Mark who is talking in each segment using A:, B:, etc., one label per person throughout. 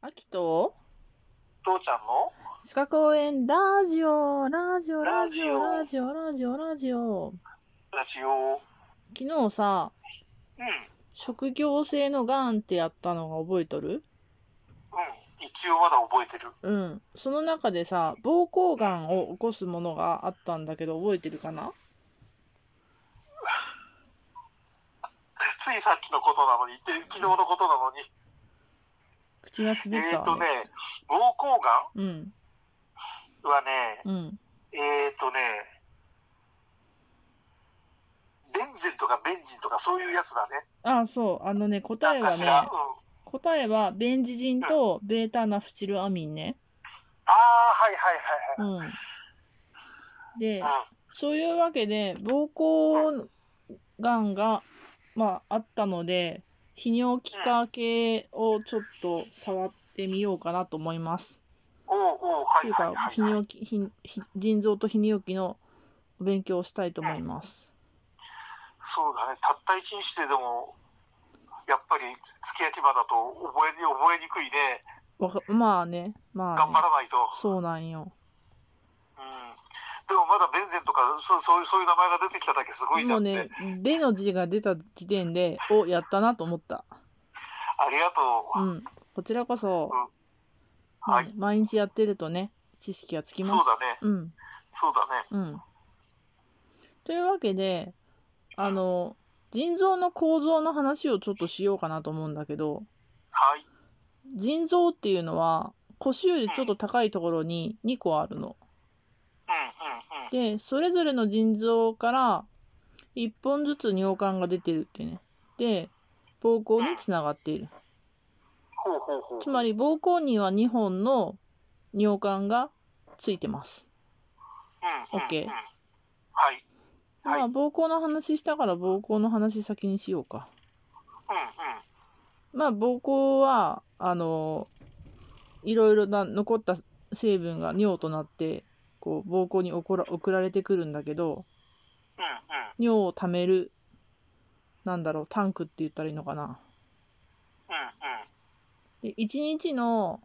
A: あきと
B: 父ちゃんの
A: 歯科公園ラジオ、ラジオ、ラジオ、ラ
B: ラ
A: ジオ、ラジオ、ラジオ。
B: ラジオ。
A: 昨日さ、
B: うん、うん。
A: 職業性のがんってやったのが覚えとる
B: 一応まだ覚えてる。
A: うん。その中でさ、膀胱がんを起こすものがあったんだけど、覚えてるかな
B: ついさっきのことなのに、で昨日のことなのに。
A: 口が滑っ
B: えっ、
A: た
B: と
A: わ
B: ね
A: ね。、
B: 膀胱が
A: うん、
B: んはね、
A: うん。
B: えっ、とね、ベンゼンとかベンジンとかそういうやつだね。
A: ああ、そう。あのね、答え
B: な
A: は
B: んかし
A: ね、
B: ら、うん。あ
A: 答えはベンジジンとベータナフチルアミンね。
B: あー、はいはいは
A: うん。で
B: い、はい。
A: そういうわけで、膀胱がんが、まあ、あったので、泌尿器科系をちょっと触ってみようかなと思います。
B: うん。おうおう、
A: っ
B: は
A: て
B: い
A: いう
B: は
A: か
B: いはい、はい。
A: 泌尿器、泌泌腎臓と泌尿器のお勉強をしたいと思います。
B: そうだね、たった一日ででも、やっぱり付き焼き場だと覚えに覚えにくいね。
A: わかまあね、まあ
B: 頑
A: ね、
B: 張らないと。
A: そうなんよ。
B: うんでもまだベンゼンとかそうそういうそういう名前が出てきただけすごいじ
A: も
B: ゃ
A: うん
B: って、
A: ね、での字が出た時点で、お、やったなと思った。
B: ありがとう、
A: うん。こちらこそ、
B: は
A: ね
B: い、
A: 毎日やってるとね、知識がつき
B: そう
A: ます。
B: だね
A: うん。
B: そうだね
A: うん。というわけで、あの、腎臓の構造の話をちょっとしようかなと思うんだけど、
B: はい
A: 腎臓っていうのは、腰よりちょっと高いところに2個あるの。
B: うんうんうん
A: で、それぞれの腎臓から1本ずつ尿管が出てるっていうね。で、膀胱につながっている。
B: ほうほうほう
A: つまり膀胱には2本の尿管がついてます。
B: うんうんうん
A: OK
B: はいはい
A: まあ、
B: うんうん
A: 膀胱の話したから膀胱の話先にしようか。まあ、膀胱は、あの、いろいろな残った成分が尿となって、こう、膀胱に送ら送られてくるんだけど、
B: うんうん
A: 尿を溜める、なんだろう、タンクって言ったらいいのかな。
B: うんうん
A: で、1日の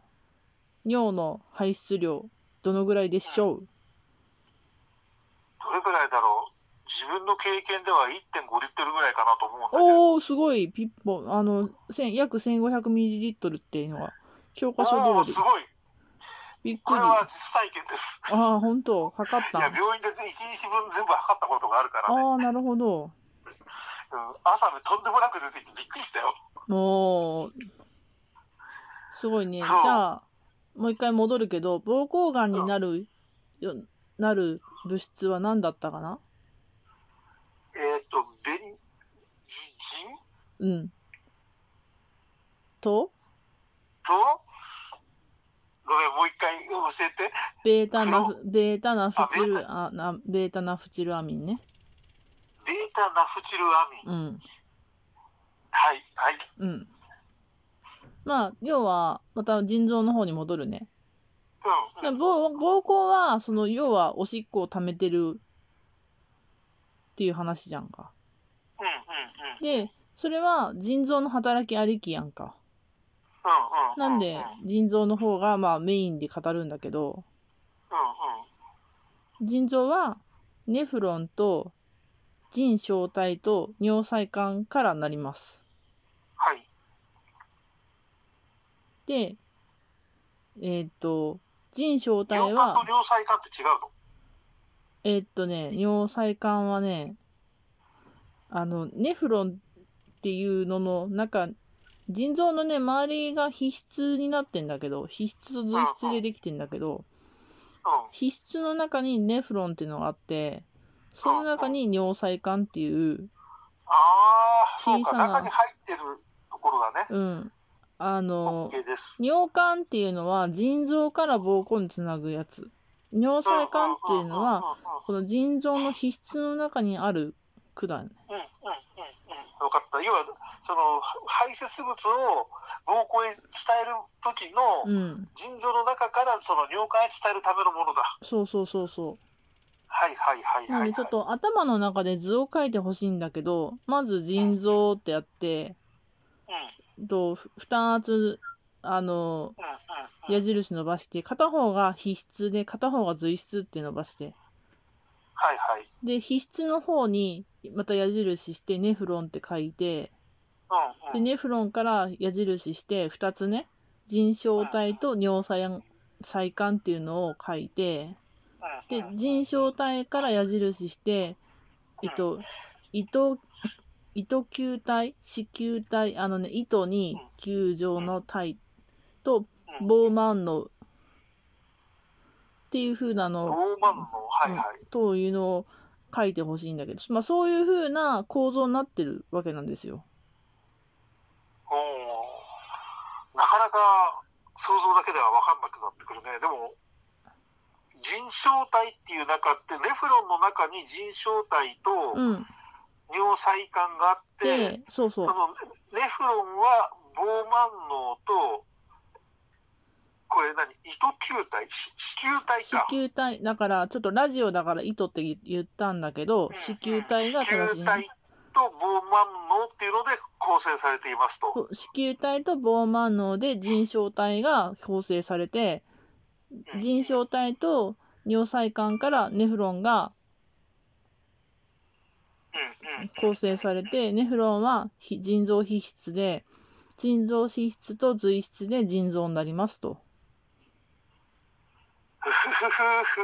A: 尿の排出量、どのぐらいでしょう
B: どれぐらいだろう自分の経験では1.5リットルぐらいかなと思うんだけど
A: おー、すごい、ピッポン、あの、千約 1500ml っていうのが、教科書
B: おー
A: 通
B: す
A: り。
B: ごい
A: びっく
B: こ
A: り。
B: れは
A: あ
B: 実体験です
A: あー、ほんと、測っ
B: い
A: た。
B: や
A: あ
B: 病院で1日分全部測ったことがあるから
A: あ
B: ね、
A: ー、なるほど。
B: うん、朝でとんでもなく出てきてびっくりしたよ
A: もう、すごいね。じ
B: そう
A: ゃあ、もう一回戻るけど、膀胱がんになる、よなる物質は何だったかな
B: えっ、と、ベン、ジジ
A: う
B: ン
A: ん。と、
B: と、ごめん、もう一回教えて。
A: ベータナフ
B: あ、
A: ベータナフチ
B: あベ
A: ル、あ、な、ベータナフチルアミンね。
B: ベータナフチルアミン。
A: うん。
B: はい、はい。
A: うん。まあ、要は、また腎臓の方に戻るね。
B: うん、うん。
A: 膀膀胱は、その、要は、おしっこを溜めてるっていう話じゃんか。
B: うん、うん、うん。
A: で、それは腎臓の働きありきやんか。
B: うん、うん。
A: なんで
B: うん、
A: 腎臓の方がまあメインで語るんだけど、
B: う
A: 腎臓はネフロンと腎小体と尿細管からなります。
B: ん、うん。はい。
A: で、えーっと、腎小体
B: 両管と
A: は、
B: 両細管って違うの
A: えーっとね、尿細管はね、あの、ネフロンっていうのの中、腎臓のね、周りが皮質になってんだけど、皮質と髄質でできてんだけど、皮質の中にネフロンっていうのがあって、その中に尿細管っていう、
B: ああ、そう
A: 小
B: か、
A: さな
B: 中に入ってるところがね。
A: うん、あの、
B: OK です。
A: 尿管っていうのは腎臓から膀胱につなぐやつ。尿細管っていうのは、この腎臓の皮質の中にある管だね。
B: うん、うん、うん、うん。分かった。要は、その、排泄物を膀胱へ伝える時の、
A: うん、
B: 腎臓の中からその尿管へ伝えるためのものだ。
A: そうそうそうそ
B: はいはいはいはい、は
A: う。なの
B: い。
A: でちょっと頭の中で図を書いてほしいんだけど、まず腎臓ってやって、
B: うん。
A: と、ふ二つあの、
B: うんうんうん。
A: 矢印伸ばして、片方が皮質で、片方が髄質って伸ばして、
B: はいはい。
A: で、皮質の方に、また矢印して、ネフロンって書いて、
B: うん
A: で、
B: うん。
A: ネフロンから矢印して、2つね、腎小体と尿細細管っていうのを書いて、
B: う
A: で
B: んうん、
A: 腎小体から矢印して、えっと、糸、糸球体、糸球体、あのね、糸に球状の体と、
B: うん
A: ボーマンの、っていう風なのを、
B: ローマンの、はいはい。
A: というのを書いてほしいんだけど、まあそういう風な構造になってるわけなんですよ。
B: おーなかなか想像だけでは分かんなくなってくるね。でも、腎小体っていう中って、ネフロンの中に腎小体と
A: うん。
B: 尿細管があって、
A: で、そう
B: そ
A: そう。
B: のネフロンは膨慢能と、これ何糸球体し子宮体
A: 子
B: か。
A: 宮体、だから、ちょっとラジオだから糸って言ったんだけど、子宮体が正しい
B: 子宮。体と膨慢能っていうので構成されていますと。
A: こう子宮体とボーマン脳で腎小体が構成されて
B: うん
A: 腎小体と尿細管からネフロンが
B: うんうん。
A: 構成されてネフロンは非腎臓皮質で腎臓皮質と髄質で腎臓になりますと
B: ふふふ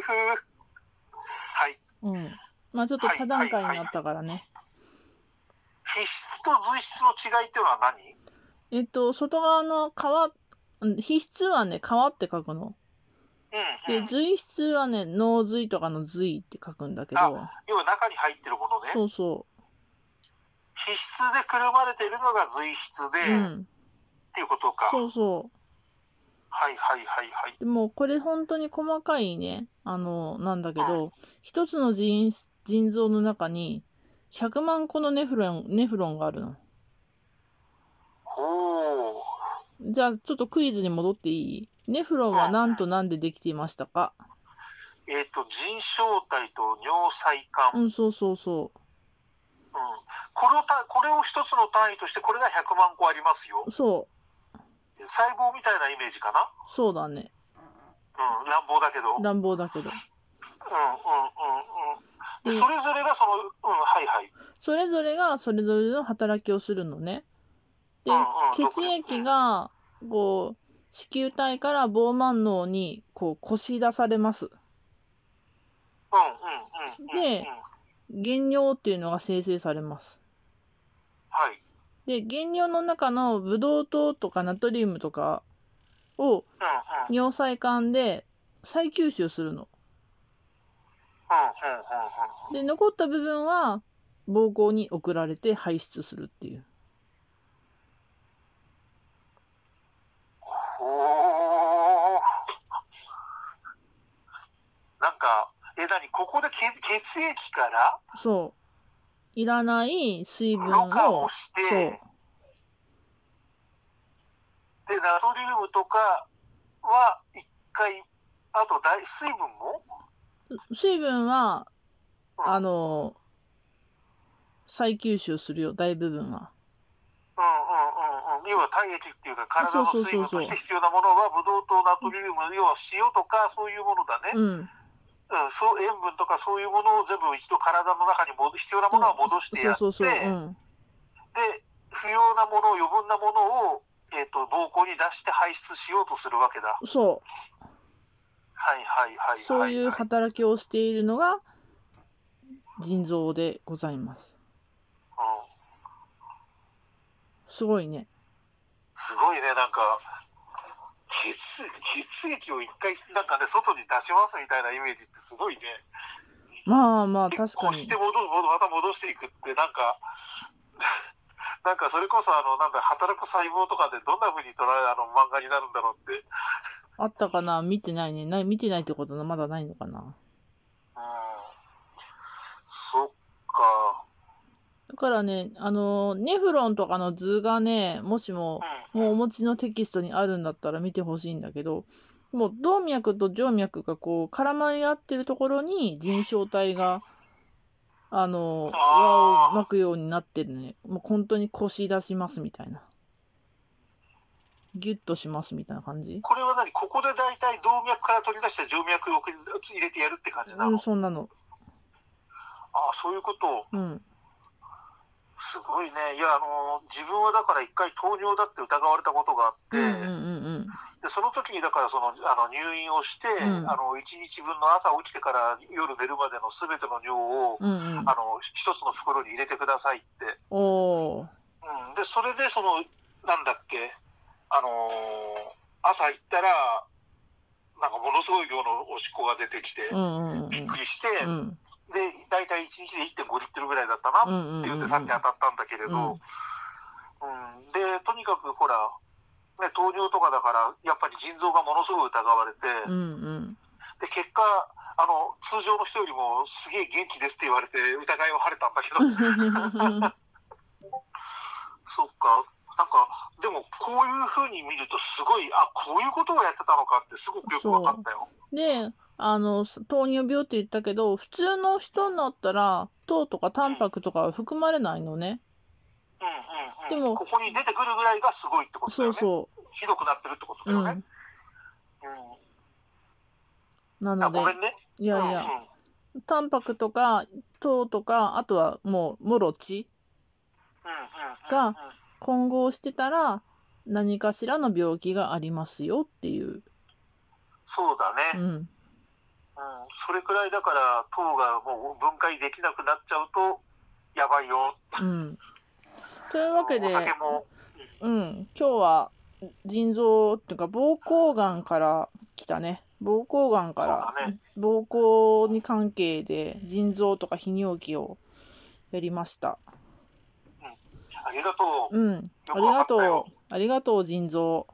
B: ふふ。はい。
A: うんまあちょっと多段階になったからね
B: 皮質と髄質の違いっていうのは何
A: えっと外側の皮うん皮質はね皮って書くの
B: うんう
A: で
B: ん。
A: 髄質はね脳髄とかの髄って書くんだけど
B: 要は中に入ってるもの
A: そ
B: ね。
A: うそ
B: 皮質でくるまれてるのが髄質
A: うう
B: で、っ
A: ん
B: ていうことか。
A: そうそう
B: はいはいはいはい。
A: でもこれ本当に細かいね、あの、なんだけど、一つの腎腎臓の中に100万個のネフロン、ネフロンがあるの。
B: ほう。
A: じゃあちょっとクイズに戻っていいネフロンは何と何でできていましたか
B: えっ、と、腎小体と尿細管。
A: うん、そうそうそ
B: うんこのたこれを一つの単位として、これが100万個ありますよ
A: う。。そう、
B: 細胞みたいなイメージかな。
A: そうだね。
B: うん、乱暴だけど。うん、うん、うん、
A: 乱暴だけど。
B: うん。
A: で
B: でそれぞれがその、うん、はいはい。
A: それぞれがそれぞれの働きをするのね。で
B: うんうん、
A: 血液が、こう、子宮体から膨慢脳に、こう、こし出されます。
B: うん、うん、うん。
A: で
B: うん、
A: 原尿っていうのが生成されます。
B: はい。
A: で、原尿の中のブドウ糖とかナトリウムとかを
B: うん、うん、うん、うん、うん、うん。
A: 尿細管で再吸収するの。で、残った部分は膀胱に送られて排出するっていう。
B: おー。なんか、え、なに、ここで血血液から、
A: そう。いらない水分
B: ろ過
A: を
B: を、し
A: そ
B: て
A: う、、
B: で、ナトリウムとかは一回、あと大水分も
A: 水分は、
B: うん
A: あの、再吸収するよ、大部分は。
B: うんうんうんうん。要は体液っていうか、体の
A: そう
B: 水
A: そうそうそう
B: 分として必要なものは、ブドウ糖、ナトリウム、要は塩とかそういうものだね。
A: うん。
B: うん、そう、塩分とかそういうものを全部一度体の中に戻必要なものは戻して
A: そ
B: や
A: う
B: って、
A: そうそう。うん。
B: で、不要なもの、余分なものを、えっ、と、膀胱に出して排出しようとするわけだ。
A: そう。
B: はいはいはいはい、はい。
A: そういう
B: は
A: 働きをしているのが腎臓でございます。
B: うん
A: すごいね。
B: すごいね、なんか、血血液を一回、なんかね、外に出しますみたいなイメージってすごいね。
A: まあまあ、
B: 結
A: 確か
B: 構
A: に
B: して。戻る、戻るまた戻していくって、なんか、 なんかそれこそ、あの、なんだ、働く細胞とかでどんな風に捉え、あの、漫画になるんだろうって。
A: あったかな見てないね。ない見てないってことはまだないのかな。
B: うん。そっか。
A: だからね、あの、ネフロンとかの図がね、もしも、
B: うん。
A: もうお
B: うん。
A: 持ちのテキストにあるんだったら見てほしいんだけど、もう動脈と静脈がこう絡まり合ってるところに腎小体が、あの、
B: あー
A: 輪を巻くようになってるね。もう本当に腰出しますみたいな。ギュッとしますみたいな感じ
B: これは何ここで大体動脈から取り出した静脈を入れてやるって感じな
A: う
B: の、
A: ん、そんなの。
B: ああ、そういうこと。
A: うん。
B: すごいね。いや、あの、自分はだから一回糖尿だって疑われたことがあって、
A: うんうんうん
B: でその時にだからそのあの入院をして、
A: うん
B: あの1日分の朝起きてから夜寝るまでの全ての尿を、
A: うん。うんうん
B: あ。の一つの袋に入れてくださいって、
A: おー。
B: うん、でそれでそのなんだっけあのー朝行ったらなんかものすごい量のおしっこが出てきて、
A: うんうんうん
B: びっくりして、
A: うん。うん
B: で大体1日で1.5リットルぐらいだったな
A: うんうんうんうん
B: って言ってさっき当たったんだけれど、うんでとにかくほら、ね、糖尿とかだからやっぱり腎臓がものすごい疑われて、
A: うんうん。
B: で結果あの通常の人よりもすげえ元気ですって言われて疑いは晴れたんだけどそっかなんかでもこういうふうに見るとすごいあこういうことをやってたのかってすごくよく分かったよ。
A: で、あの、糖尿病って言ったけど、普通の人になったら、糖とかタンパクとかは含まれないのね。
B: うんうんうん、
A: でも
B: ここに出てくるぐらいがすごいってことだ
A: そ
B: よ
A: う
B: ね。
A: そ
B: ひどくなってるってこと
A: う。
B: だ
A: う
B: よね
A: ん。。
B: うん
A: な
B: あ
A: ので
B: ご、めんね。
A: いやいや
B: うん、うん
A: タンパクとか糖とか、あとはもう、もろ血
B: うんうんうんうん
A: が混合してたら、何かしらの病気がありますよっていう。
B: そうだ
A: う
B: ね、うん
A: ん。
B: それくらいだから糖がもう分解できなくなっちゃうとやばいよ
A: うん。というわけで
B: お、酒も
A: うん、今日は腎臓っていうか膀胱がんから来たね膀胱がんか
B: そう
A: ら、
B: だね
A: 膀胱に関係で腎臓とか泌尿器をやりました
B: ありがとう
A: うんありがとうありがとう腎臓